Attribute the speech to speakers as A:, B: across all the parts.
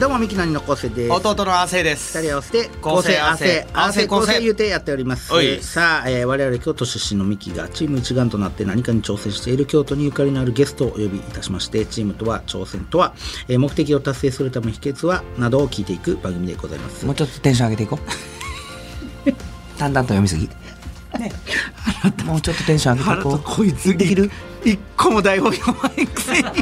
A: どうもミキの二の構成です
B: 弟の亜生です
A: 二人合わせて
B: 構成
A: 合わせ合わせ
B: 合わせ
A: 構成言うてやっております
B: おい
A: さあ、えー我々京都出身のミキがチーム一丸となって何かに挑戦している京都にゆかりのあるゲストをお呼びいたしましてチームとは挑戦とは、えー目的を達成するための秘訣はなどを聞いていく番組でございます
C: もうちょっとテンション上げてい こう。淡々と読みすぎ。ね。 もうちょっとテンション上げていこう。
A: こいつできる一個も台本読まへんくせに腹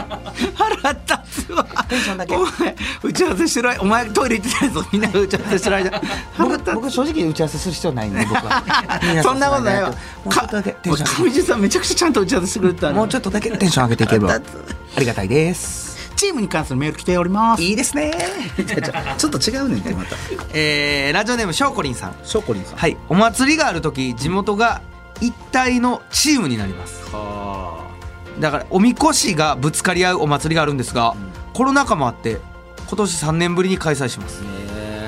A: 立つわ
C: テンションだけ
A: お前打ち合わせしてる間お前トイレ行ってたやぞみんなが打ち合わせしてる間 腹立
C: 僕
A: つ
C: 僕正直打ち合わせする必要ないんで僕は皆さ
A: そんなことないわ
C: もうちょっとだけテンション上
A: 上地さんめちゃくちゃちゃんと打ち合わせしてくれてた
C: げて
A: ね
C: もうちょっと だけテンション上げていけ ば
A: 腹
C: あ
A: 立
C: りがたいです
A: チームに関するメール来ております。
C: いいですね
A: ちょっと違うねんてま た。
B: えー、ラジオネームしょうこりんさん
A: ショコリンさん。
B: はいお祭りがある時地元が一体のチームになりますだからおみこしがぶつかり合うお祭りがあるんですが、コロナ禍もあって今年3年ぶりに開催します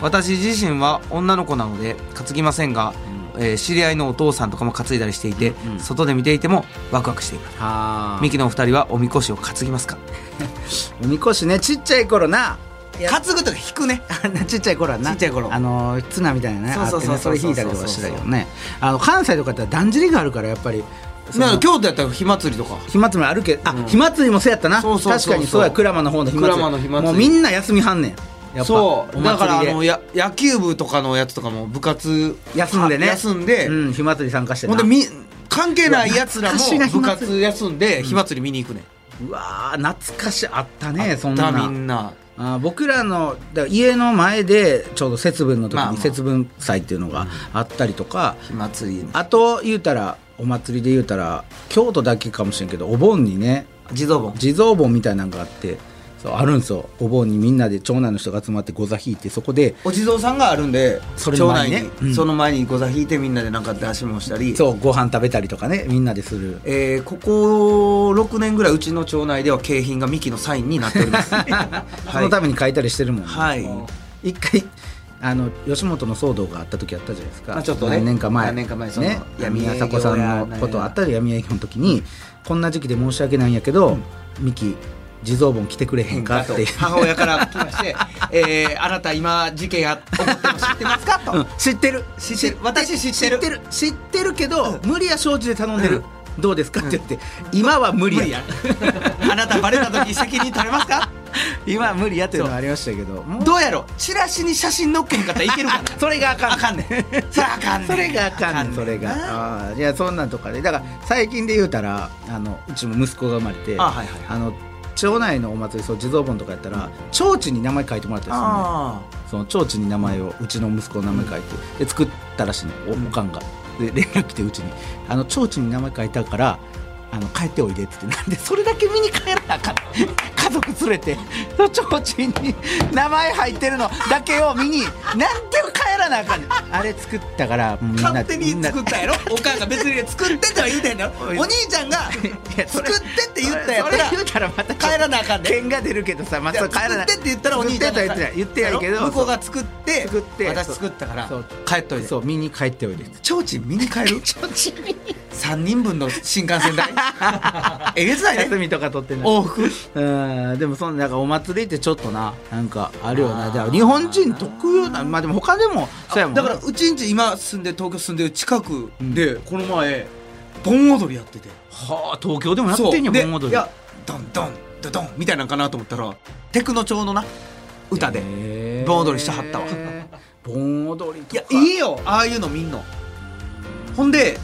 B: 私自身は女の子なので担ぎませんが、えー知り合いのお父さんとかも担いだりしていて、
A: うん
B: 外で見ていてもワクワクしています
A: は
B: ミキのお二人はおみこしを担ぎますか
A: おみこしね、ちっちゃい頃な。
B: 担ぐとか引くね
A: あん なちっちゃい頃はな
B: ちっちゃい頃
A: あの綱みたいなね
B: そうそうそう
A: あってねそれ引いたりとかしてたけどねあの関西とかだったらだんじりがあるからやっぱりその
B: なんか京都やったら火祭りとか
A: 火祭りもあるけどあ、火祭りもそうやったな
B: そうそうそうそ
A: 確
B: う
A: かにそうや鞍馬の方の火祭り
B: 鞍馬の火祭り
A: もうみんな休みはんねんやっぱ
B: そう
A: お祭りで
B: だからあのや野球部とかのやつとかも部活
A: 休んでね
B: 休んで、
A: うん、火祭り参加して
B: ほ
A: なん
B: でみ関係ないやつらも
A: 懐かしいな
B: 部活休んで火祭り見に行くね、
A: うわー懐かしいあったねそん
B: だ
A: な
B: みんな
A: あー僕らのだから家の前でちょうど節分の時
B: まあま
A: に
B: あ
A: 節分祭っていうのがあったりとか、
B: 火祭り
A: あと言うたらお祭りで言うたら京都だけかもしれんけどお盆にね
B: 地蔵盆
A: 地蔵盆みたいなのがあってそうあるんですよお盆にみんなで長男の人が集まってご座引いてそこで
B: お地蔵さんがあるんで
A: それの前にね
B: 町
A: うん
B: その前にご座引いてみんなでなんか出し物したり
A: そうご飯食べたりとかねみんなでする
B: えーここ6年ぐらいうちの町内では景品がミキのサインになっておりま す
A: そ
B: は
A: の
B: い
A: ために書いたりしてるもんね、
B: はい
A: もう一回あの吉本の騒動があった時あったじゃないですか、
B: まあちょっとね
A: 何年か前
B: 何年か前その
A: ね
B: 闇営業
A: 宮迫さんのことあったり闇営業の時にこんな時期で申し訳ないんやけど、ミキ地蔵盆来てくれへんかっていう、
B: 母親から来ま して「えーあなた今事件が起こっても知ってますか?」と、
A: うん知ってる
B: 知ってる私知って
A: 知
B: る
A: ってる知ってるけど、無理や承知で頼んでる、どうですかって言って、今は無理や
B: あなたバレた時責任取れますか
A: 今は無理やっていうのはありましたけどもう
B: どうやろチラシに写真載っけへんかったらいけるかな
A: それがあかん
B: あかん ねんそれあかんねん
A: それがあかんねんそれが
B: な
A: ああーいやそんなんとかでだから最近で言うたらあのうちも息子が生まれて
B: あはいはいはい
A: あの町内のお祭りそう地蔵盆とかやったら町地に名前書いてもらったりするのね
B: あ
A: その町地に名前をうちの息子の名前書いてで作ったらしいのおおかんがで連絡来てうちに「あの町地に名前書いたからあの帰っておいで」って言ってなんでそれだけ見に帰らなあかん家族連れてその町地に名前入ってるのだけを見になんで帰らなあかんねんあれ作ったからもうみんな
B: 勝手
A: みん
B: に
A: な
B: 作ったやろおかんが別に作ってとは言う てんだろお兄ちゃんが作ってって言ったや
A: そ
B: っ
A: れ
B: た
A: 言う
B: ら
A: たらまた
B: 帰らなあかんで
A: 剣が出るけどさまあ
B: いや
A: そう帰らない
B: 作ってって言ったらお兄ちゃんが
A: 作ってとは言ってない言ってないけど
B: 向こうが作って
A: 作って
B: 私作ったから
A: そう
B: 帰っといて
A: そう見に帰っておいで
B: ちょうちん見に帰 る3人分の新幹線代えげつない
A: 休
B: ね
A: みとか取ってない
B: 往復
A: うんでもそのなんかお祭りってちょっとななんかあるよな
B: あー
A: だから日本人特有なまあでも他でもそうやもん
B: だ
A: な
B: からうちんち今住んで東京住んでる近くで、この前盆踊りやってて
A: はあ東京でもやってんや
B: そうで
A: 盆踊
B: い
A: り
B: やドンドンドドンみたいなんかなと思ったらテクノ調のな歌で
A: へー
B: 盆踊りしてはったわ
A: 盆踊り
B: い
A: と
B: や
A: か
B: いいよああいうのみんのほんで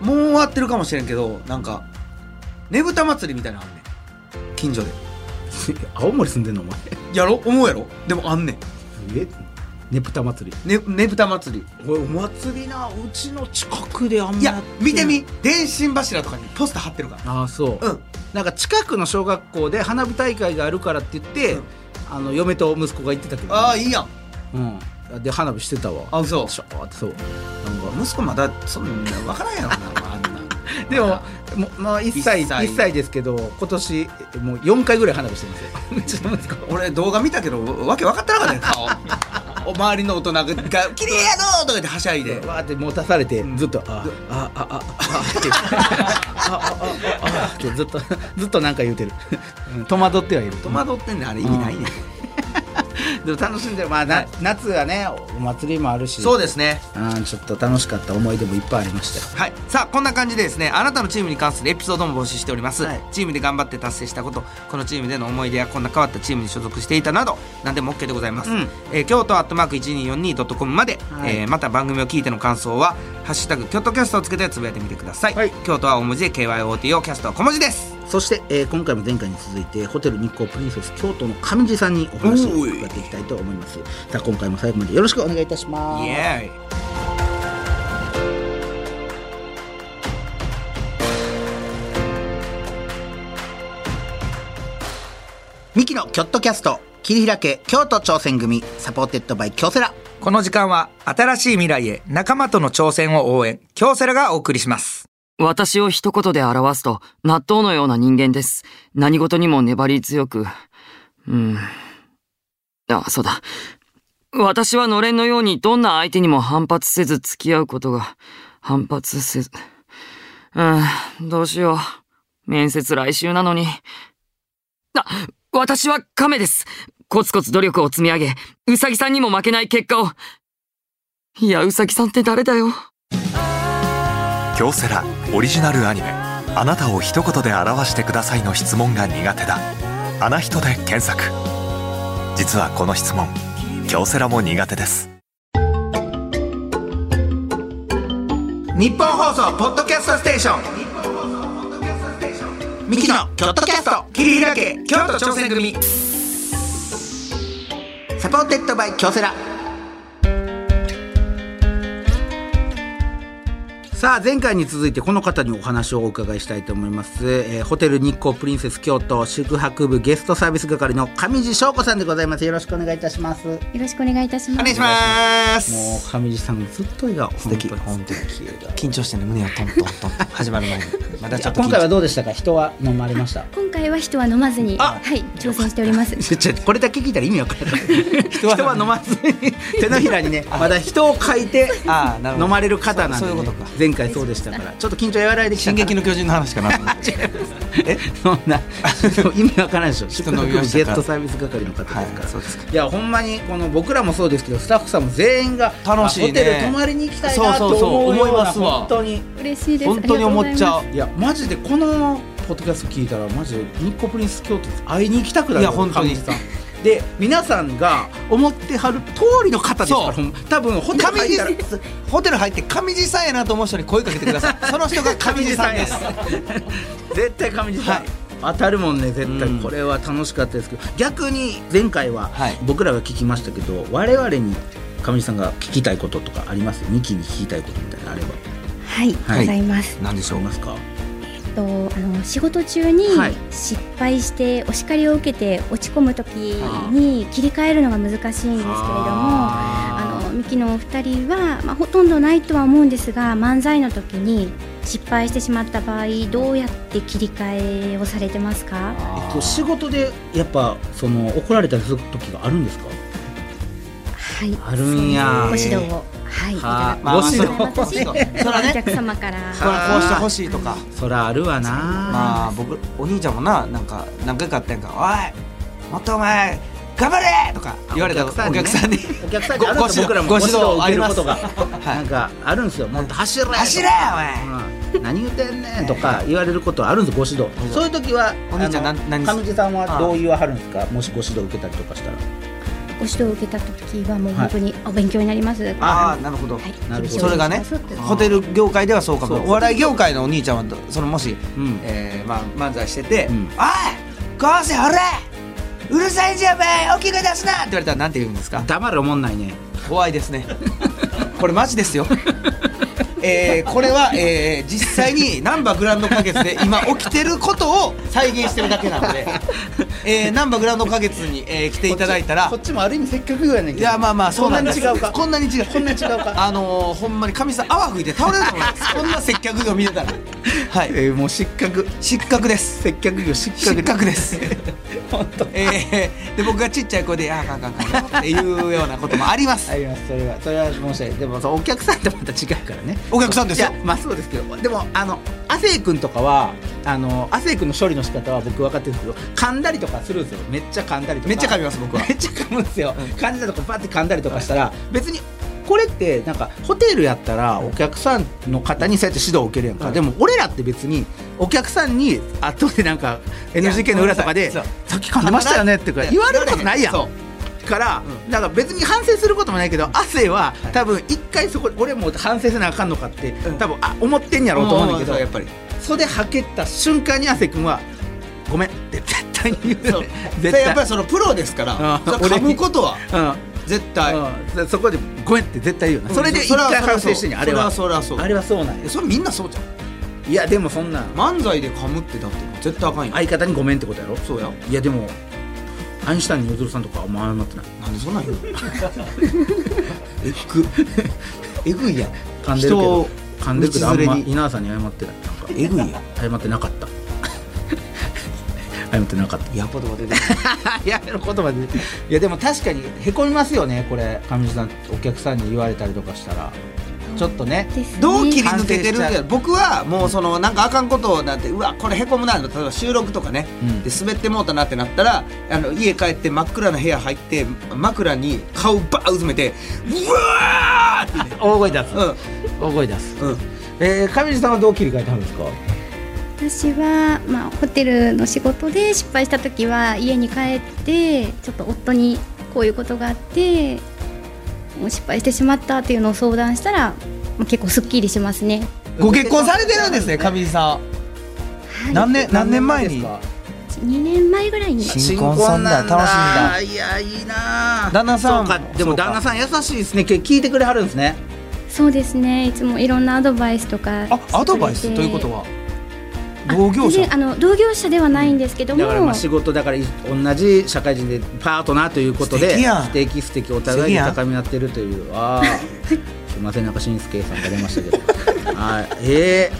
B: もう終わってるかもしれんけどなんかねぶた祭りみたいなのあんねん近所で
A: 青森住んでんのお前
B: やろ思うやろでもあんねん
A: えねぷた祭り
B: ねねぶた祭り
A: お祭りなうちの近くであんま
B: いや
A: って
B: 見てみ電信柱とかにポスター貼ってるか
A: ああそう
B: らうん
A: なんか近くの小学校で花火大会があるからって言って、
B: うん
A: あの嫁と息子が行ってたけど、
B: ああいいやん
A: うん、で花火してたわ
B: あそう
A: シャーってそうなんか
B: 息子まだそんな分からんやろな、まあ、あんな
A: でも、もうまあ、1歳
B: 一歳
A: ,1 歳ですけど今年もう4回ぐらい花火してますよ うちの息子
B: 俺動画見たけどわけ分かってなかったよ 顔お周りの大人が「綺麗やの!」とか言ってはしゃいで
A: わーって持たされてずっと「ああああああって「あああああ」ってずっと ずっとなんか言うてる うん戸惑ってはいる
B: 戸惑ってんねんあれ意味ないねん
A: でも楽しんでるまあ、な夏はねお祭りもあるし
B: そうですね
A: うんちょっと楽しかった思い出もいっぱいありましたよ
B: はい、さあこんな感じでですねあなたのチームに関するエピソードも募集しております、
A: はい
B: チームで頑張って達成したことこのチームでの思い出やこんな変わったチームに所属していたなど何でも OK でございます、
A: うん
B: えー京都アットマーク 1242.com まで、
A: はい
B: えーまた番組を聞いての感想は「ハッシュタグ京都キャスト」をつけてつぶやいてみてください、
A: はい
B: 京都は大文字で KYOTO キャストは小文字です
A: そして、えー今回も前回に続いてホテル日光プリンセス京都の上地さんにお話を伺っていきたいと思いますさあ今回も最後までよろしくお願いいたします
B: イエーイ
A: ミキのキョットキャスト切り開け京都挑戦組サポーテッドバイ京セラ
B: この時間は新しい未来へ仲間との挑戦を応援京セラがお送りします
D: 私を一言で表すと、納豆のような人間です。何事にも粘り強く。うん。あ、そうだ。私はのれんのようにどんな相手にも反発せず付き合うことが、反発せず。うん、どうしよう。面接来週なのに。あ、私は亀です。コツコツ努力を積み上げ、うさぎさんにも負けない結果を。いや、うさぎさんって誰だよ。
E: 京セラオリジナルアニメ「あなたを一言で表してください」の質問が苦手だ「あな人」で検索実はこの質問京セラも苦手です
B: 日本放送ポッドキャストステーションミキのキョットキャスト切り開け京都挑戦組
A: サポーテッドバイ京セラさあ前回に続いてこの方にお話をお伺いしたいと思います、えーホテル日光プリンセス京都宿泊部ゲストサービス係の上地翔子さんでございますよろしくお願いいたしますもう
F: よろしくお願いいたし
B: お
F: ま
B: 願い
F: す。
B: します
A: 上地さんずっと笑顔素
C: 敵本当に
A: 綺麗だ
C: 緊張してね胸をトントントンと始まる前に またちょっと緊
A: 今
C: 張
A: 回はどうでしたか人は飲まれました
F: 今回は人は飲まずに、
A: あ
F: はい、挑戦しております。
A: ちょこれだけ聞いたら意味わからない 人は飲まずに手のひらにねまだ人を書いて
C: ああなるほど
A: 飲まれる方なんで、ね、
C: そうそういうことか
A: 前回そうでしたからちょっと緊張和らいできた
C: 進
A: かな
C: 撃の巨 人の話かな
A: えそんな意味わからないでしょ宿
C: 飲
A: 泊
C: みま
A: ゲ
C: したから
A: ストサービス係の方です から、
C: はいそうです
A: いやほんまにこの僕らもそうですけどスタッフさんも全員が
C: 楽しいね
A: あホテル泊まりに行きたいなと
C: そうそうそう
A: 思うような
C: 思いますわ
A: 本当に
F: 嬉しいです。
C: 本当に思っちゃ
F: ありがとうございま
C: う
A: いやマジでこのポッドキャスト聞いたらマジで日光プリンス京都会いに行きたくなる
B: いや本当に
A: 上地さんで皆さんが思ってはる通りの方ですから
B: そ
A: ほん多分ホテル入ったら
C: 上地ホテル入って上地さんやなと思う人に声かけてくだ さいその人が上地さんです
A: 絶対上地さん、
C: はい
A: 当たるもんね絶対
C: うん
A: これは楽しかったですけど、逆に前回は
C: はい
A: 僕らが聞きましたけど、我々に上地さんが聞きたいこととかありますミキに聞きたいことみたいなのあれば
F: す。はい、
A: はい
F: ございます。
C: 何で
A: ありますか
F: えっと、あの仕事中に
A: はい
F: 失敗して、お叱りを受けて落ち込む時に切り替えるのが難しいんですけれども。あのミキのお二人は、まあ、ほとんどないとは思うんですが漫才の時に失敗してしまった場合どうやって切り替えをされてますか
A: えっと仕事でやっぱその怒られたりする時があるんですか
F: はい
A: あるんや
F: ご指導をはいいただ
A: まあご指導
F: ご指導
C: そら
F: お
C: ね
F: 客様から
C: そらこうしてほしいとか
A: そらあるわな、
C: まあ僕お兄ちゃんもななんか何回かあったやんか「おいもっとお前頑張れ!」とか言われたお客さんに
A: お客さんにあるんですよ僕らも
C: ご
A: ご
C: 指
A: 指
C: 導
A: 導を受
C: あ
A: け
C: り
A: る
C: ま
A: こ
C: す
A: とが
C: い
A: なんかあるんですよもっと走れ
C: 「走れよお前!
A: うん何言ってんねんとか言われることあるんですご指導そういう時は
C: お兄ちゃん
A: あの
C: な何す
A: 上地さんはどう言わはるんですかもしご指導受けたりとかしたら
F: ご指導を受けた時はもう本当にお勉強になります、はい」
C: ああなるほど
A: なるほど
C: それがねホテル業界ではそうかも
A: そう
C: お笑い業界のお兄ちゃんはそのもし、
A: うん
C: えーまあ、漫才してて
A: う
C: 「
A: ん
C: おい昴生ほらうるさいじゃんお前大きい声出すな!」って言われた らなんて言うんですか
A: 黙るおもんないね
C: 怖いですねこれマジですよ
B: えーこれは、えー実際に難波グランド花月で今起きてることを再現してるだけなので、えー、難波グランド花月に、えー来ていただいたら
A: こっちもある意味せっかく言うやねん
B: い
A: けど
B: やまあまあそうなんです
A: こんなに違うか
B: こんなに違う
A: こんなに違うか
B: あのー、ほんまに神さん泡吹いて倒れると思い ますこんな接客業見てたらはい
A: えーもう失格
B: 失格です
A: 接客業失格
B: 失格です。
A: 本当
B: え ー、で僕がちっちゃい子で「あーあかんあかんあかん」っていうようなこともあります
A: あ。りますそれはそれは申し訳ないでもそうお客さんとまた違うからね
B: お客さんですよ
A: いやまあそうですけどでもあの亜生君とかはあの亜生君の処理の仕方は僕分かってるんですけど噛んだりとかするんですよめっちゃ噛んだりとか
B: めっちゃ噛みます僕は
A: めっちゃ噛むんですよ、噛んだとこバって噛んだりとかしたら別にこれってなんかホテルやったらお客さんの方にそうやって指導を受けるやんか、でも俺らって別にお客さんに後でなんか NGK の裏とかで
B: いやそう
A: 「さっき噛みましたよね」って言われることないやん。から、だから別に反省することもないけど汗は多分一回そこ俺も反省せなあかんのかって、多分あ思ってんやろうと思うんだけど、
B: そうやっぱり
A: 袖はけた瞬間に汗くんは「ごめん」って絶対に言うよね
B: で
A: 絶対
B: やっぱりそのプロですから
A: うん
B: それ噛むことは
A: うん
B: 絶対、
A: うん、そこで「ごめん」って絶対言うな、それで一回反省してんねんあれは
B: それはそうそ
A: あ
B: れ
A: れ
B: は
A: はそうなん
B: そう
A: や
B: それみんなそうじゃん
A: いやでもそんなん
B: 漫才で噛むってだって絶対あかんよ
A: 相方に「ごめん」ってことやろ
B: そうや
A: いやでもアインシュタインのずるさんとかは謝ってない
B: なんでそんなん言うのえ ぐえぐいやん
A: 噛んでるけ
B: 人
A: ど
B: を
A: 噛んでるけどあ
B: 道
A: ん
B: 連れ
A: ま
B: に
A: 稲田さんに謝ってないなんか
B: えぐいやん
A: 謝ってなかった 謝ってなかった
B: やっぱとか出て
A: い やめろ言葉でいやでも確かにへこみますよねこれ上地さんお客さんに言われたりとかしたらちょっとね
F: ですね
B: どう切り抜けてる
A: 反
B: ん
A: 省しち
B: だ
A: ゃ
B: よ僕はもうそのなんかあかんことなんてうわこれへこむな例えば収録とかね、
A: うん
B: で滑ってもうたなってなったらあの家帰って真っ暗な部屋入って枕に顔バーうずめてうわーってね
A: 大声出す、
B: うん
A: 大声出す、
B: うん
A: えー、上地さんはどう切り替えたんですか
F: 私は、まあ、ホテルの仕事で失敗した時は家に帰ってちょっと夫にこういうことがあってもう失敗してしまったっていうのを相談したらもう結構すっきりしますね。
B: ご結婚されてるんですね上地さん何年何年前に
F: 2年前ぐらいに
C: 新婚さんだ楽しいんだ
A: いやいいな
B: 旦那さん
A: そうかで
B: そ
A: も
B: うか
A: 旦那さん優しいですねけ聞いてくれはるんですね
F: そうですねいつもいろんなアドバイスとか
B: あアドバイスということは同業
F: 全
B: 者
F: 然あの同業者ではないんですけども、
A: だからまあ仕事だからい同じ社会人でパートナーということで
C: 素敵やん
A: 素敵素敵お互いに
C: 素敵やん
A: 高め合ってるというあ ーすいません中信介さんが出ましたけどはいえ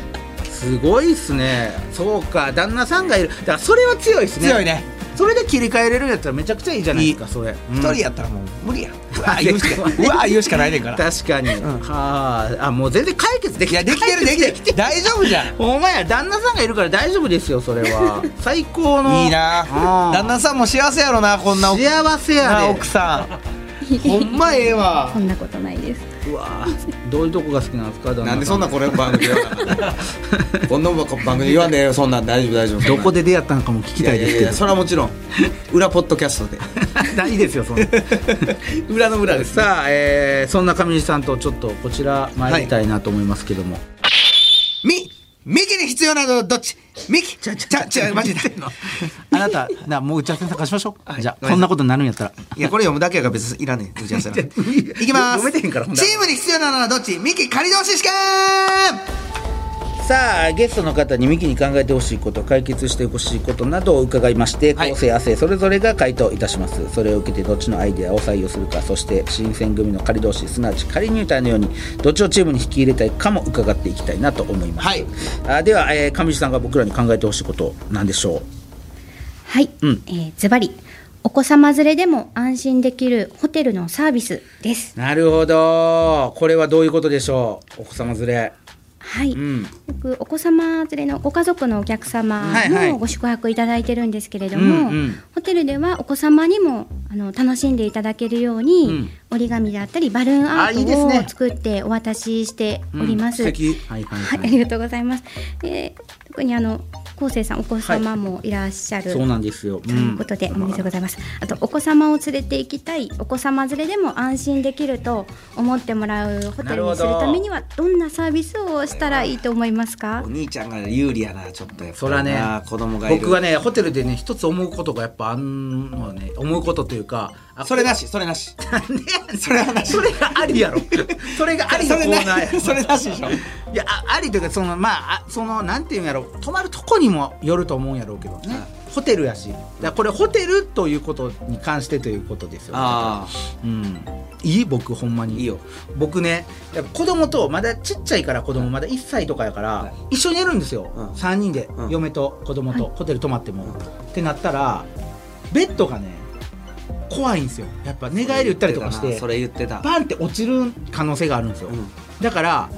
A: ー、すごいっすねそうか旦那さんがいるだからそれは強いっすね
B: 強いね
A: それで切り替えれるんやったらめちゃくちゃいいじゃないですかそれ
B: 一人やったらもう無理やうわー言うしかうわー言うしかないねんか ら
A: 確かに、はーあもう全然解決でき
B: いやできてる できてる大丈夫じゃん
A: お前や旦那さんがいるから大丈夫ですよそれ は最高の
B: いいな
A: うん
B: 旦那さんも幸せやろなこんな奥
A: 幸せや
B: な
A: で
B: 奥さん ほんまええわ
F: そんなことないです。
A: うわぁどういうとこが好きなんですか
C: なんでそんなこれ番組言わなこんな番組言わねえよそんなん大丈夫大丈夫
A: どこで出会ったのかも聞き
C: い
A: た
C: や
A: い
C: い
A: で
C: や
A: す
C: い
A: け
C: やそれはもちろん裏ポッドキャストで
A: どいいですよそんな
C: 裏の裏です
A: さあ、えー、そんな上地さんとちょっとこちら参りたいなと思いますけども、
B: み右に必要なのはどっち右ちゃちゃちゃマジで
A: あなたなもう打ち合わせなんかしましょう、じゃあ
B: ごめんなさい
A: こんなことになるんやったら
B: いやこれ読むだけやから別にいらねえ打ち合わせ
A: いや
B: いきます
A: 読めてへんからほんなら
B: チームに必要なのはどっちミキ仮同士試験
A: さあゲストの方にミキに考えてほしいこと解決してほしいことなどを伺いまして
B: はい
A: 構成亜生それぞれが回答いたしますそれを受けてどっちのアイデアを採用するかそして新選組の仮同士すなわち仮入隊のようにどっちをチームに引き入れたいかも伺っていきたいなと思います、
B: はい
A: あでは、えー上地さんが僕らに考えてほしいことなんでしょう
F: はい、えーズバリお子様連れでも安心できるホテルのサービスです。
A: なるほどこれはどういうことでしょうお子様連れ
F: はい、
A: ん
F: よくお子様連れのご家族のお客様
A: はいはい
F: のご宿泊いただいてるんですけれども、
A: うんうん
F: ホテルではお子様にもあの楽しんでいただけるように、
A: ん
F: 折り紙だったりバルーンア
A: あいい
F: ー
A: で
F: ト
A: す
F: を
A: ね
F: 作ってお渡ししております。
A: はいはい
F: はい、
A: は
F: あ
A: い
F: りがとうございます。で特にあの高生さんお子様もいらっしゃる、
A: そうなんですよ、
F: ということで、おめでとうございます。あとお子様を連れて行きたいお子様連れでも安心できると思ってもらうホテルにするためにはどんなサービスをしたらいいと思いますか
C: お？兄ちゃんが有利やなちょっとやっぱ
A: そらね
C: な子供がいる
A: 僕はねホテルでね一つ思うことがやっぱあんのはね思うことというかあ
C: それなしそれ なし
A: それそれがあり やろそれがありの
C: そ
A: コ
C: れ
A: ー
C: な
A: ナーや
C: それなしでしょ
A: いやあありというかそのまああそのなんていうんやろ泊まるとこにもよると思うんやろうけどね、ホテルやしだからこれホテルということに関してということですよね
C: あ
A: うん、いい僕ほんまにいいよ僕ねやっぱ子供とまだちっちゃいから子供まだ1歳とかやから、一緒に寝るんですよ、
C: うん
A: 3人で、
C: うん
A: 嫁と子供と、ホテル泊まっても、ってなったらベッドがね怖いんですよやっぱ寝返り打ったりとかして
C: それ言ってた
A: バンって落ちる可能性があるんですよ、
C: うん
A: だから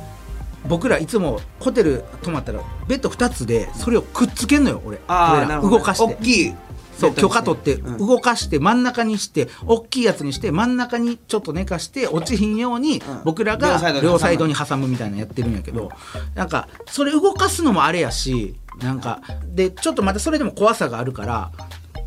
A: 僕らいつもホテル泊まったらベッド2つでそれをくっつけんのよ俺
C: あ
A: 俺
C: あ
A: ら動かして
C: 大きい
A: そう
C: ベッド
A: 許
C: にして
A: 可取って
C: うん
A: 動かして真ん中にして大きいやつにして真ん中にちょっと寝かして落ちひんように
C: ん
A: 僕らが
C: 両サイドに挟む
A: 両サイドに挟むみたいなのやってるんやけどなんかそれ動かすのもあれやしなんかでちょっとまたそれでも怖さがあるから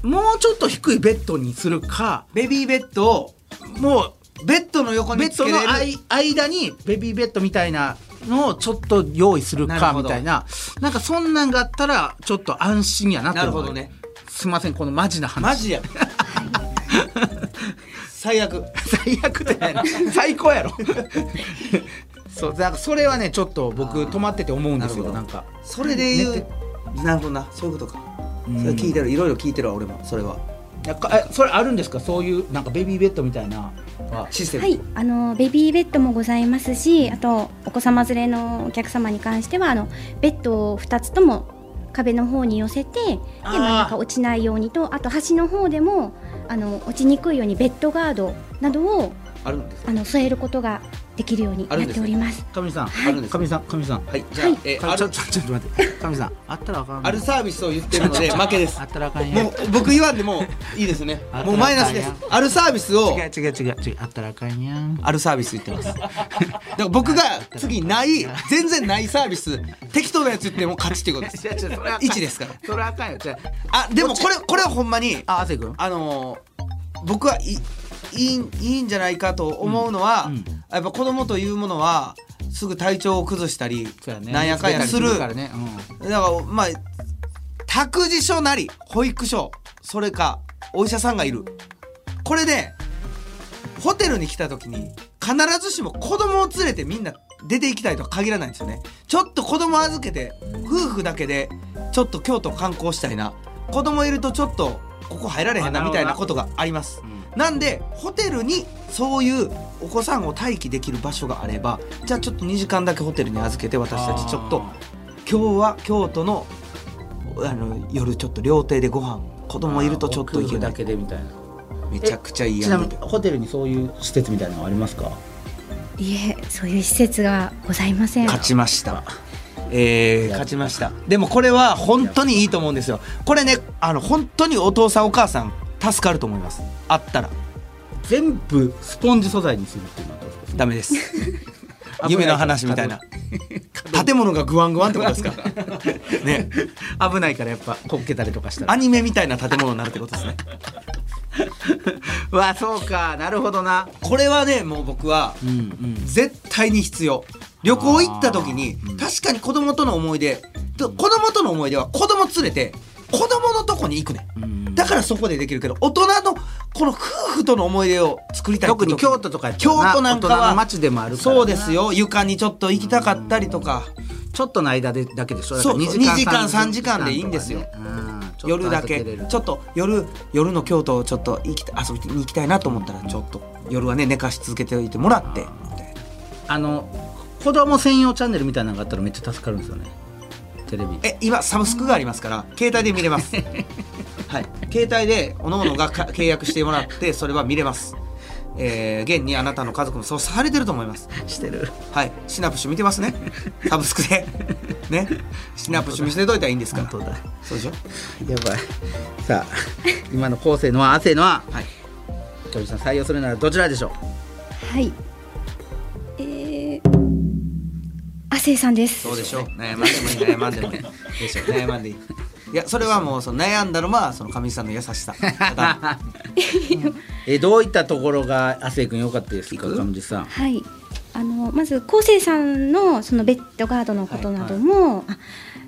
A: もうちょっと低いベッドにするか
C: ベビーベッドを
A: も
C: ベッドの横
A: うベ
C: に
A: ッ
C: つけ
A: ド
C: れ
A: の
C: る
A: あい間にベビーベッドみたいなのをちょっと用意する
C: なる
A: か
C: ほ
A: み
C: ど
A: たいななんかそんなんがあったらちょっと安心やなと
C: なる
A: 思
C: ほ
A: う
C: どね
A: すいませんこのマジな話
C: マジや最悪
A: 最悪じゃない の最高やろそうだからそれはねちょっと
C: あ
A: 僕
C: ー
A: 泊まってて思うんですよ
C: なるほど
A: なんか
C: それで言
A: 寝て
C: うなるほどなそういうことか
A: うん
C: それ聞いてるいろいろ聞いてるわ俺もそれはい
A: やかえそれあるんですかそういうなんかベビーベッドみたいな
C: システム
F: はい、あのベビーベッドもございますし、あとお子様連れのお客様に関してはあのベッドを2つとも壁の方に寄せて、で
A: あー
F: 真ん中落ちないようにと、あと端の方でもあの落ちにくいようにベッドガードなどを
C: あるんです
F: あの添えることができるようになっております。
A: 上地さん
C: あるんです
A: 上地さん上地さん
C: はいじゃあえ
A: か
C: あ
A: ちょ
C: る
A: ちょちょっと待って上地さんあったらあかん
C: あるサービスを言ってるので負けです
A: あったらあかんや
C: もう僕言わんでもいいですねもうマイナスですあるサービスを
A: 違う違う違う違うあったらあかんやん
C: あるサービス言ってますだから僕が次ない全然ないサービス適当なやつ言っても勝ちっていうこと です
A: 違う違うそれはあかん
C: 1ですから
A: それはあかんよじゃ
C: あでもこれこれはほんまに
A: ああ亜生君
C: あのー僕はいいいんいいんじゃないかと思うのは、
A: うんうん
C: やっぱ子供というものはすぐ体調を崩したり、
A: そうやね
C: なんやかんやする
A: からね
C: だからまあ託児所なり保育所それかお医者さんがいるこれでホテルに来た時に必ずしも子供を連れてみんな出て行きたいとは限らないんですよねちょっと子供預けて夫婦だけでちょっと京都観光したいな子供いるとちょっとここ入られへんな
A: あ
C: みたい
A: な
C: な
A: るほ
C: ことがあります
A: うん
C: なんでホテルにそういうお子さんを待機できる場所があればじゃあちょっと2時間だけホテルに預けて私たちちょっと今日は京都のあの夜ちょっと料亭でご飯子供いるとちょっと行けな
A: だ
C: い
A: けでみたいな
C: めちゃくちゃい
A: ち
C: いや
A: なんみにホテルにそういう施設みたいなのはありますか
F: いえ、そういう施設がございません。
C: 勝ちましたえー、勝ちましたでもこれは本当にいいと思うんですよこれねあの本当にお父さんお母さん助かると思いますあったら
A: 全部スポンジ素材にするっていうのはどうですか
C: ダメ です夢の話みたいな建物がグワングワンってこと ですかね
A: 危ないからやっぱこっけたりとかした
C: ア
A: ら
C: ニメみたいな建物になるってことですね
A: うわそうかなるほどな
C: これはねもう僕は
A: うんうん
C: 絶対に必要旅行行った時に確かに子供との思い出と子供との思い出は子供連れて子供のとこに行くねん
A: うん
C: だからそこでできるけど大人のこの夫婦との思い出を作りたい
A: 特に京
C: 都
A: 都とかやったら
C: 京都なんかは
A: 大人の街でもあるからな
C: そうですよ床にちょっと行きたかったりとか
A: ちょっとの間でだけでしょ
C: そう
A: だから
C: 二時間三時間でいいんですよ
A: うんちょっと
C: 夜だけ
A: 預れる
C: ちょっと夜夜の京都をちょっと行きた遊びに行きたいなと思ったらちょっと夜はね寝かし続けておいてもらってみたいな
A: あの子供専用チャンネルみたいなのがあったらめっちゃ助かるんですよねテレビ
C: え今サブスクがありますから携帯で見 れますはい携帯でおのおのがか契約してもらってそれは見れますえー現にあなたの家族もそうされてると思います
A: してる
C: はいシナプシュ見てますねサブスクでねシナプシュ見せといたらいいんですから
A: 本当だ
C: そうでしょ
A: やばいさあ今の後世のは亜生のは
C: はい
A: 京子さん採用するならどちらでしょう
F: はい。えー、亜生さんです
C: どう。でしょう悩まんでもいい悩まんでもいいでしょ悩まんでいいいやそれはもうその悩んだのはその上地さんの優し さ
A: えーどういったところが亜生君良かったですか上地さん
F: はい。あのまず昴生さんのそのベッドガードのことなども、あ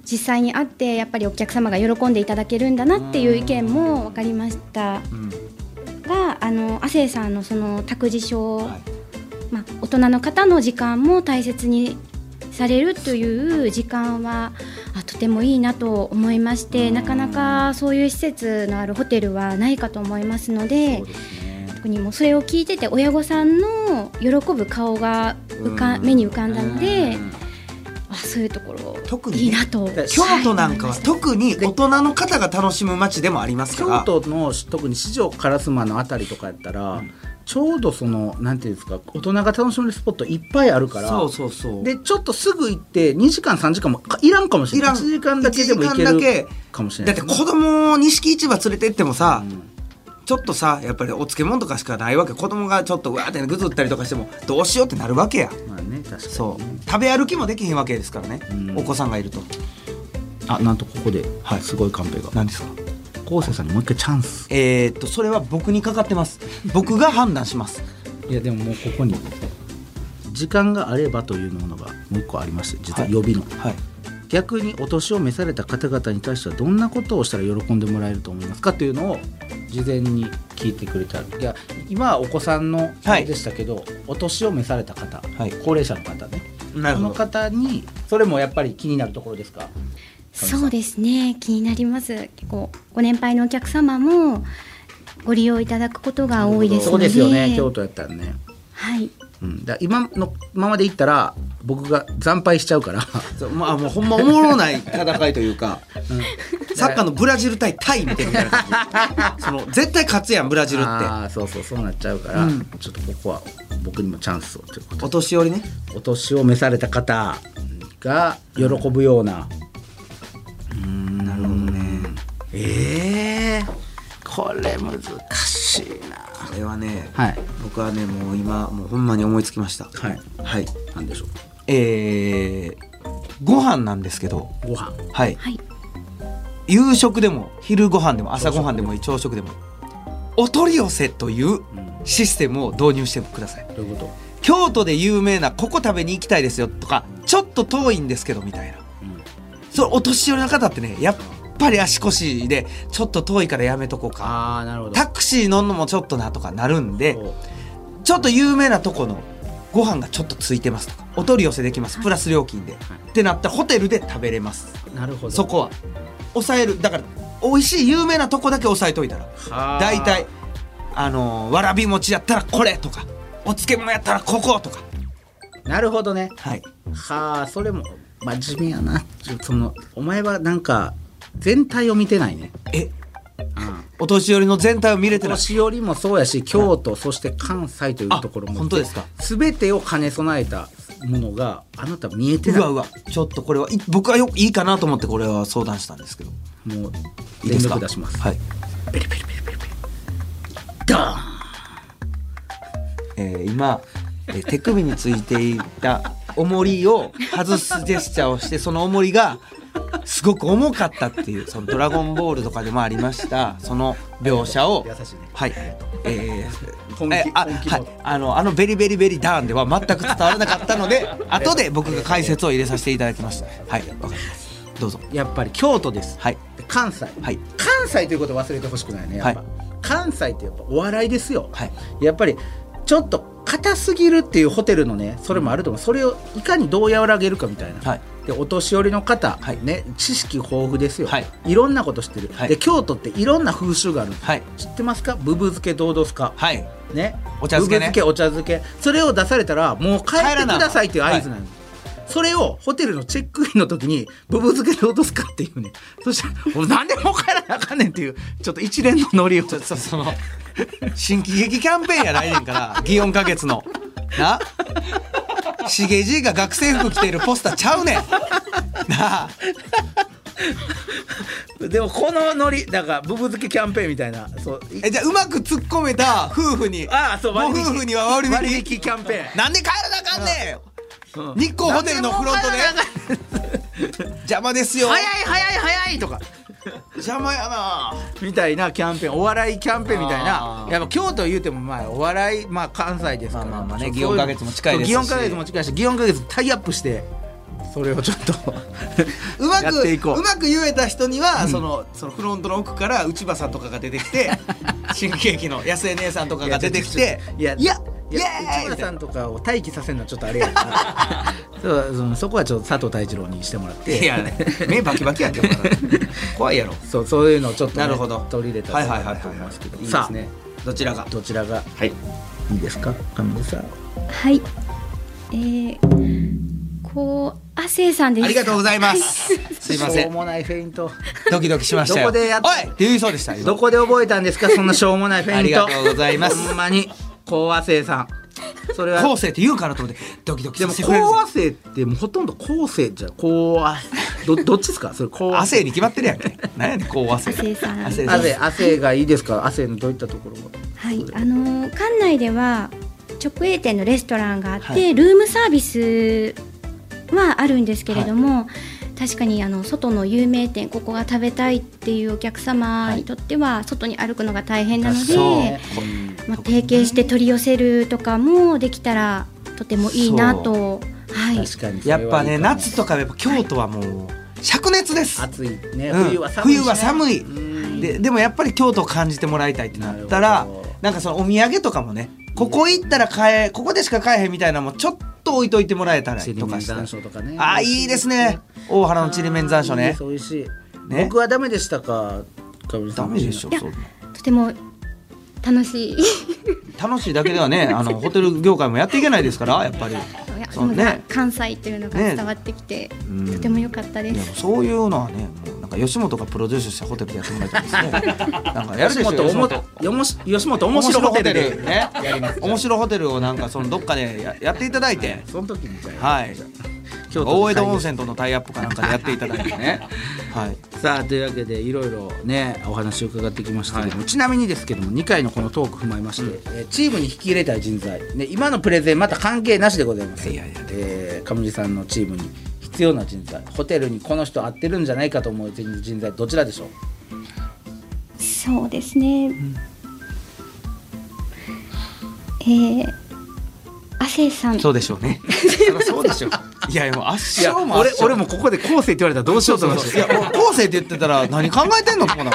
F: 実際にあってやっぱりお客様が喜んでいただけるんだなっていう意見も分かりました。はあの亜生さんのその託児所、
A: はい
F: まあ、大人の方の時間も大切にされるという時間はあとてもいいなと思いましてなかなかそういう施設のあるホテルはないかと思いますので
A: そうですね
F: 特にもうそれを聞いてて親御さんの喜ぶ顔が浮かん目に浮かんだのであそういうところ
C: 特
F: いい
C: にね
F: なと
C: 京都なんかは特に大人の方が楽しむ街でもありますから
A: 京都の特に四条烏丸のあたりとかやったら、ちょうどそのなんていうんですか大人が楽しめるスポットいっぱいあるから
C: そうそうそう
A: でちょっとすぐ行って2時間3時間もいらんかもしれない
C: いらん
A: 1時間だけでも行け
C: 一時間だけ
A: るかもしれな
C: だ
A: い
C: って子供を錦市場連れて行ってもさ、
A: ん
C: ちょっとさやっぱりお漬物とかしかないわけ子供がちょっとうわーってぐずったりとかしてもどうしようってなるわけや
A: まあね確かにね
C: そう食べ歩きもできへんわけですからね、
A: うん
C: お子さんがいると
A: あなんとここで、すごいカンペが
C: 何ですか
A: 昴生さんにもう一回チャンス
C: えー、っとそれは僕にかかってます僕が判断します
A: いやでももうここに時間があればというものがもう一個ありまして実は予備の、
C: はい
A: 逆にお年を召された方々に対してはどんなことをしたら喜んでもらえると思いますかというのを事前に聞いてくれてあるいや今はお子さんのあれでしたけど、お年を召された方、
C: はい
A: 高齢者の方ね
C: なる
A: そ
C: ほ
A: の
C: ど
A: 方にそれもやっぱり気になるところですか
F: そうですね気になります結構ご年配のお客様もご利用いただくことが多いです
A: そ
F: の
A: う
F: で
A: ですよね京都やったらね、
F: はい
A: うん、だから今のままでいったら僕が惨敗しちゃうから
C: そうまあもうほんまおもろない戦いというか、サッカーのブラジル対タイみたいな感 じその絶対勝つやんブラジルって
A: ああそうそうそうなっちゃうから、
C: うん
A: ちょっとここは僕にもチャンスをということで
C: お年寄りね
A: お年を召された方が喜ぶような、
C: なるほどねええ
A: これ難しいな
C: これはね、
A: はい
C: 僕はねもう今もうほんまに思いつきました
A: はい
C: はい
A: なんでしょう
C: えー、ご飯なんですけど
A: ご飯
C: はい
F: はい
C: 夕食でも昼ご飯でも朝ご飯でもいい朝食でもいいお取り寄せというシステムを導入してください
A: どういうこと
C: 京都で有名なここ食べに行きたいですよとかちょっと遠いんですけどみたいな、それお年寄りの方ってねやっぱり足腰でちょっと遠いからやめとこうか
A: ああなるほ
C: タクシー乗んのもちょっとなとかなるんで
A: そう
C: ちょっと有名なとこのご飯がちょっとついてますとかお取り寄せできますプラス料金で、ってなったらホテルで食べれます
A: なるほど
C: そこは抑えるだから美味しい有名なとこだけ抑えといたら
A: はあ
C: 大体あのーわらび餅やったらこれとかお漬物やったらこことか
A: なるほどね
C: はい
A: はあそれも真面目やなちょそのお前はなんか全体を見てないね
C: えお年寄りの全体を見れてない
A: 年寄りもそうやし京都そして関西というところも
C: あ本当ですか
A: 全てを兼ね備えたものがあなた見えてな
C: う
A: い
C: わうわちょっとこれはい僕はよいいかなと思ってこれは相談したんですけど
A: もう
C: いいで
A: 全
C: すか
A: 力出します
C: はい
A: ドーン
C: えー今えー手首についていた重りを外すジェスチャーをしてその重りがすごく重かったっていうその「ドラゴンボール」とかでもありましたその描写を
A: 優しいね
C: はいえー
A: 本気
C: えあ
A: 本気
C: はいあのあの「ベリベリベリダーン」では全く伝わらなかったので後で僕が解説を入れさせていただきましたはいわかりますどうぞ
A: やっぱり京都です
C: はい
A: 関西、
C: はい
A: 関西ということを忘れてほしくないねやっぱ、
C: はい
A: 関西ってやっぱお笑いですよ、
C: はい
A: やっぱりちょっと硬すぎるっていうホテルのねそれもあると思う、それをいかにどう和らげるかみたいな、
C: はい
A: でお年寄りの方、
C: はい
A: ね、知識豊富ですよ、
C: はい、
A: ろんなこと知ってる、
C: はい
A: で京都っていろんな風習がある、
C: はい
A: 知ってますかブブ漬けどうどすか、
C: はい
A: ね、
C: お茶漬けね
A: ぶぶお茶漬けそれを出されたらもう帰っ
C: 帰
A: て
C: ら
A: く
C: な
A: ださいっていう合図なの、それをホテルのチェックインの時にブブ漬けで落とすかっていうねそしたら「もう何でもう帰らなあかんねん」っていうちょっと一連のノリを
C: ちょっとその新喜劇キャンペーンや来 年から祇園か月のなしげじいが学生服着ているポスターちゃうねんなあ
A: でもこのノリだからブブ漬けキャンペーンみたいなそうい
C: えじゃあうまく突っ込めた夫婦に
A: ああそう
C: ご夫
A: 割引
C: 婦には割引
A: 割引キャンペーン
C: なんで帰らなあかんねん、
A: うん
C: 日光ホテルのフロントで邪魔ですよ
A: 早い早い早いとか
C: 邪魔やな
A: みたいなキャンペーンお笑いキャンペーンみたいな
C: あー
A: やっぱ京都言うてもまあお笑い、まあ、関西ですから
C: まあまあまあね
A: そう
C: 祇園花月も近いですし
A: そう祇園花月も近いし祇園花月タイアップしてそれをちょっ と
C: うま
A: やっ
C: く
A: ていこう
C: うまく言えた人には、そのそのフロントの奥から内場さんとかが出てき て新喜劇の安江姉さんとかが出てきて
A: いや
C: いや
A: い
C: イエ
A: や内
C: ーイみ
A: 村
C: た
A: さ
C: い
A: んとかを待機させるのはちょっとあれやからそうそのそこはちょっと佐藤太一郎にしてもらって
C: ないや 目バキバキやんけまだ怖いやろ
A: そうそういうのをちょっとね、
C: なるほど
A: 取り入れた
C: はい
A: ら
C: はい
A: いい
C: は
A: な
C: いはい
A: と思い
C: は
A: ますけど
C: いいいで
A: さ
C: す
A: あ、
C: ねどちらが
A: どちらが
C: はい
A: いいですか神田さん
F: はい。えー、こう、亜生さんです。
C: ありがとうござい ますすいませ
A: しょうんもないフェイント
C: ドキドキしましたよ
A: どこでやっ
C: おいって言いそうでした今
A: どこで覚えたんです かそんなしょうもないフェイント
C: ありがとうございます
A: ほんまに高亜生さんそれは
C: 後世って言うからと思ってドキドキ
A: で
C: さ
A: も
C: せてくれる
A: 高亜生ってもうほとんど高生じゃん高亜 どどっちですかそれ高亜
C: 汗に決まってるやんけ何やねんこう汗
F: 亜生さん。
C: 汗
A: 亜生亜生がいいですか亜生のどういったところが
F: はい、あのー館内では直営店のレストランがあって、ルームサービスはあるんですけれども、確かにあの外の有名店ここが食べたいっていうお客様にとっては外に歩くのが大変なので、まあ、提携して取り寄せるとかもできたらとてもいいなと、はい、
A: 確かに
C: やっぱね夏と
A: か
C: かやっぱ京都はもう灼熱です
A: 暑いね
C: うん
A: 冬は寒いしね
C: 冬は寒い
A: うん
C: ででもやっぱり京都を感じてもらいたいってなったら
A: なるほど
C: なんかそのお土産とかもねここ行ったら買えここでしか買えへんみたいなのもちょっと置いといてもらえたら
A: ちり
C: と
A: め
C: か
A: ん
C: した
A: 山
C: ら
A: 椒とかね
C: あーいいですね大原のちりめん山椒
A: あーいい
C: ね
A: です美味しい、
C: ね
A: 僕はダメでしたかダメ
C: ダメでしょ
F: いや
C: そんな
F: とても楽しい
C: 楽しいだけではねあのホテル業界もやっていけないですからやっぱり
F: いや
C: そうね
F: 関西というのが伝わってきて、
C: うん
F: とても良かったで
C: いや
F: す。
C: そういうのはねもうなんか吉本がプロデュースしたホテルでやってもらいたい ですねなんかやるでしょ
A: 吉本おも
C: 吉本
A: よもし吉本面白ホテルで
C: ね面白ホテルをなんかそのどっかでややっていただいて
A: その時にじゃあ
C: はい
A: 京都
C: 大江戸温泉とのタイアップかなんかでやっていただいてねはい
A: さあというわけでいろいろねお話を伺ってきましたけども、ちなみにですけども2回のこのトーク踏まえまして、えーチームに引き入れたい人材、ね、今のプレゼンまた関係なしでございますえー上地さんのチームに必要な人材ホテルにこの人合ってるんじゃないかと思う人材どちらでしょう
F: そうですね。えー、亜生さん。
C: そうでしょうねそりゃそうでしょういやいやもう圧勝も圧勝
A: もここで後世って言われたらどうしようと思いま
C: いやもう後世って言ってたら何考えてんのこの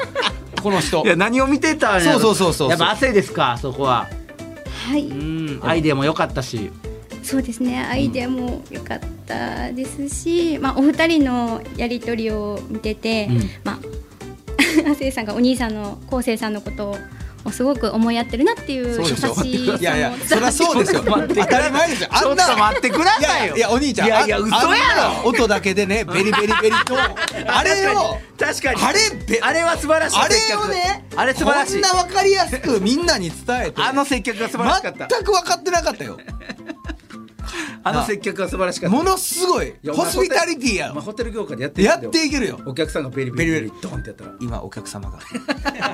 C: この人
A: いや何を見てたんやろ
C: そうそうそうそう
A: やっぱ汗ですかそこは
F: はい。
A: うんアイデアも良かったし
F: そうですね。アイデアも良かったですし、まあお二人のやりとりを見てて、
A: うん
F: まあ 亜生さんがお兄さんの昴生さんのことをすごく思いやってるなっていう優しさも伝わっ
C: い
F: て
C: やいやそりゃそうですよ当たり前ですよあんな
A: 待ってくだ
C: いやいやいやお兄ちゃん
A: いやいや
C: あ
A: 嘘やろ
C: あんな音だけでねベリベリベリ とあれを
A: 確かに
C: あれべ
A: あれは素晴らしい
C: あれ
A: 接
C: を
A: 客
C: ね
A: あれ素晴らしい
C: こんなわかりやすくみんなに伝えて
A: あの接客が素晴らしかった
C: 全く分かってなかったよ
A: あの接客が素晴らしかった
C: ものすごい
A: いやお
C: ホ
A: 前
C: スピタリティや
A: まあ
C: ろ
A: ホテル業界でやっていく
C: や
A: んだ
C: っ
A: よ
C: ていけるよ
A: お客さんがベリベリベリドンってやったら
C: 今お客様が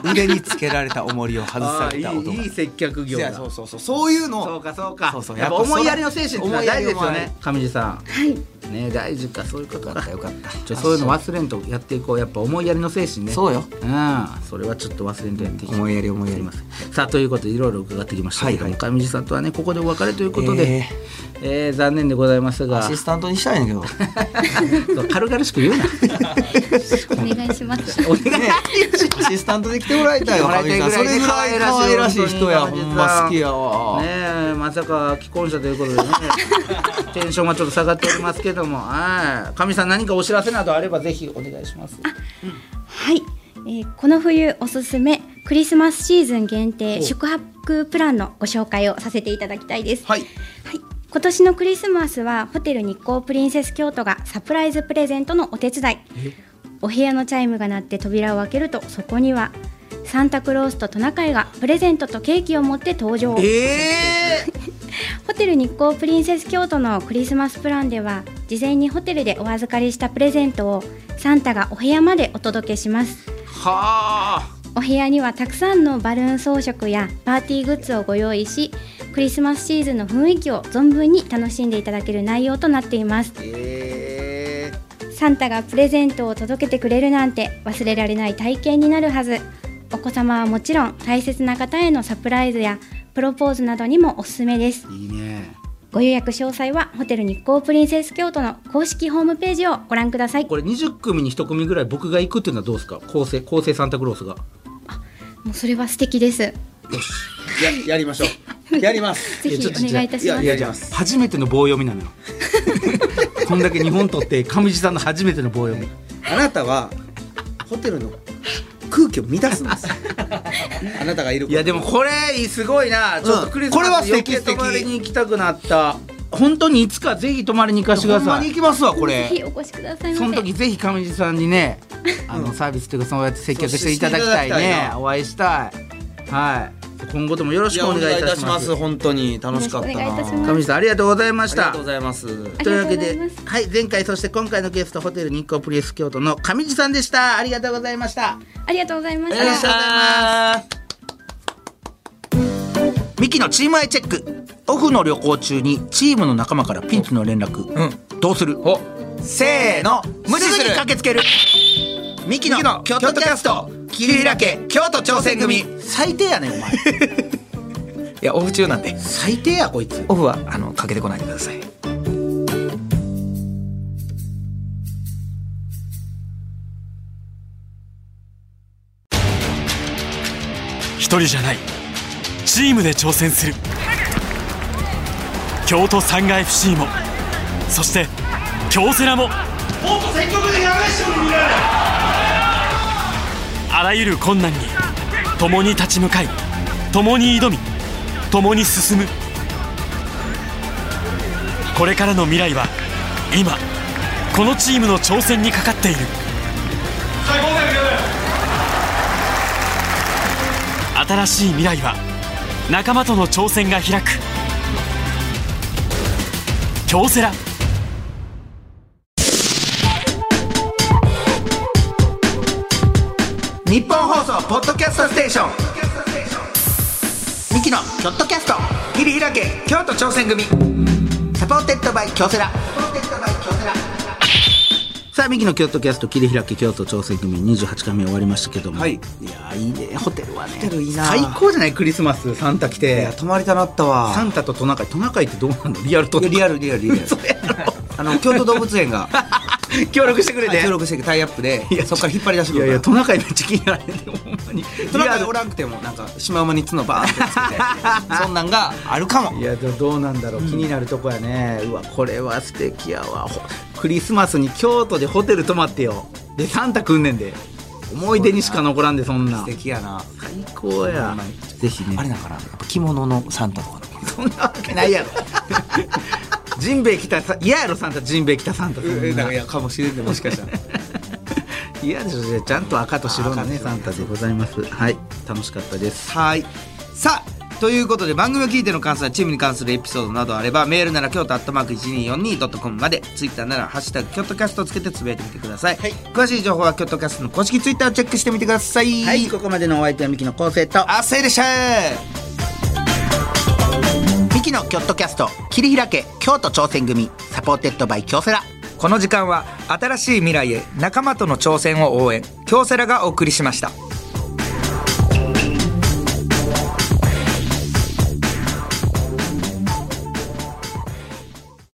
C: 腕につけられた重りを外さ
A: あ
C: れた音
A: ーいいいい接客業
C: いや
A: だ
C: そうそうそうそういうの
A: そうかそうか
C: そうそう
A: やっぱ
C: やっぱ
A: 思いやりの精神ってのは大事ですよ
C: 思いやり
A: ね上地さ
F: はい。
A: んね大事かそういうことか
C: よか った
A: じゃあそういうの忘れんとやっていこうやっぱ思いやりの精神ね
C: そうよ
A: うんそれはちょっと忘れんとやっていきたい
C: 思いやり思いやり
A: すませんさあということでいろいろ伺ってきましたけども、上地さんとはねここでお別れということで、えー残念でございます
C: ア
A: が
C: シスタントにしたいんだけど
A: そう 軽々しく 言うな
F: お願いします。
A: お願い
C: アシスタントで来てもらいたいよ
A: 来てもらいたい
C: それぐらい可愛らしい人やほんま好きやわ、
A: ねえまさか既婚者ということで ねテンションがちょっと下がっておりますけどもはい上地さん何かお知らせなどあればぜひお願いします
F: はい、えーこの冬おすすめクリスマスシーズン限定宿泊プランのご紹介をさせていただきたいです。
C: はい
F: はい今年のクリスマスはホテル日光プリンセス京都がサプライズプレゼントのお手伝いお部屋のチャイムが鳴って扉を開けるとそこにはサンタクロースとトナカイがプレゼントとケーキを持って登場
A: ええ
F: ホテル日光プリンセス京都のクリスマスプランでは事前にホテルでお預かりしたプレゼントをサンタがお部屋までお届けします
A: はあ
F: お部屋にはたくさんのバルーン装飾やパーティーグッズをご用意しクリスマスシーズンの雰囲気を存分に楽しんでいただける内容となっています
A: え
F: サンタがプレゼントを届けてくれるなんて忘れられない体験になるはずお子様はもちろん大切な方へのサプライズやプロポーズなどにもおすすめです
A: えいいね
F: ご予約詳細はホテル日光プリンセス京都の公式ホームページをご覧ください
A: これ20組に1組ぐらい僕が行くっていうのはどうですか構成構成サンタクロースが
F: もうそれは素敵です
C: ややりましょうやります
F: ぜひお願いいたします
C: いやいやいや
A: 初めての棒読みな のよこんだけ日本取って上地さんの初めての棒読み
C: あなたはホテルの空気を乱すんです あなたがいる
A: いやでもこれすごいなちょっとクリスマス、
C: これは素敵
A: 余計泊まりに行きたくなった本当にいつかぜひ泊まりに行かせてください
C: ほんまに行きますわこれ
F: ぜひお越しくださいませ
A: その時ぜひ上地さんにね、あのサービスというかそうやって接客していただきたい
C: そうしていただき
A: ね
C: たい。
A: お会いしたい。はい。今後ともよろしくお願いいたします。
C: 本当に楽しかったな
F: よろしくお願いいたします
A: 上地さんありがとうございま
C: あ
A: し
C: りが
A: た
C: とう。ございます
F: あり
A: という
F: が
A: わけ
F: とうござい
A: で
F: ます、
A: はい、前回そして今回のゲストホテル日光プリンス京都の上地さんでした。ありがとうございました。
F: ありがとうございまし
A: ありがとうご
F: た
A: ざいます。ミキのチームアイチェック。オフの旅行中にチームの仲間からピンチの連絡。
B: うん
A: どうする？
B: せーの無視
A: す
B: す
A: ぐに
B: る
A: 駆けつける。ミキの京都キャスト
B: 桐平家京都挑戦組い
A: 最低やねんお 前
B: やオフ中なんで
A: 最低やこいつ
B: オフはあのかけてこないでください
E: 一人じゃないチームで挑戦する京都サンガ FC もそして京セラももっと積極的にあらゆる困難に共に立ち向かい共に挑み共に進むこれからの未来は今このチームの挑戦にかかっている新しい未来は仲間との挑戦が開く京セラ
B: 日本放送ポッドキャストステーションミキのキョットキャスト桐平家京都挑戦組サポーテッドバイ京セラ
A: さあミキの京都キャスト切り開け京都挑戦組28回目終わりましたけども、
C: はい
A: いやーいいねホテルはね
C: ホテルいいな
A: 最高じゃないクリスマスサンタ来
C: い
A: て
C: や泊まりたなったわ
A: サンタとトナカイトナカイってどうなんのリアルト
C: い
A: ナ
C: や
A: カイ
C: リアルリアルリア ルあの京都動物園が
A: 協力してくれて、
C: 協力してタイアップでそこから引っ張り出して
A: い
C: く
A: やいや
C: るか
A: トナカイめっちゃ気になるねほんまに
C: らトナカ
A: リ
C: イ
A: ア
C: お
A: ル
C: らんくてもなんかシマウマに角バーンってつけてそんなんがあるかも
A: いやでもどうなんだろう、気になるとこやねうわこれは素敵やわほクリスマスに京都でホテル泊まってよでサンタ来んねんで思い出にしか残らんでそんな
C: 素
A: 最
C: 敵やな
A: 高やぜひね
C: あれなんかなやっぱ着物のサンタとかの
A: そんなわけないやろジンベエ来たさ嫌やろサンタジンベエ来たサンタそんな
C: かいやかもしれんねもしかしたら
A: 嫌でしょじゃあちゃんと赤と白のねサンタでございますはい楽しかったです
C: はいさあということで番組を聞いての感想やチームに関するエピソードなどあればメールなら京都アットマーク 1242.com までツイッターなら「ハッシュタグ京都キャスト」をつけてつぶやいてみてください、詳しい情報は京都キャストの公式ツイッターをチェックしてみてください
A: はいここまでのお相手はミキの昴生と
C: あっせいでした
A: ミキのキョットキャスト切り開け京都挑戦組サポーテッドバイ京セラ
B: この時間は新しい未来へ仲間との挑戦を応援京セラがお送りしました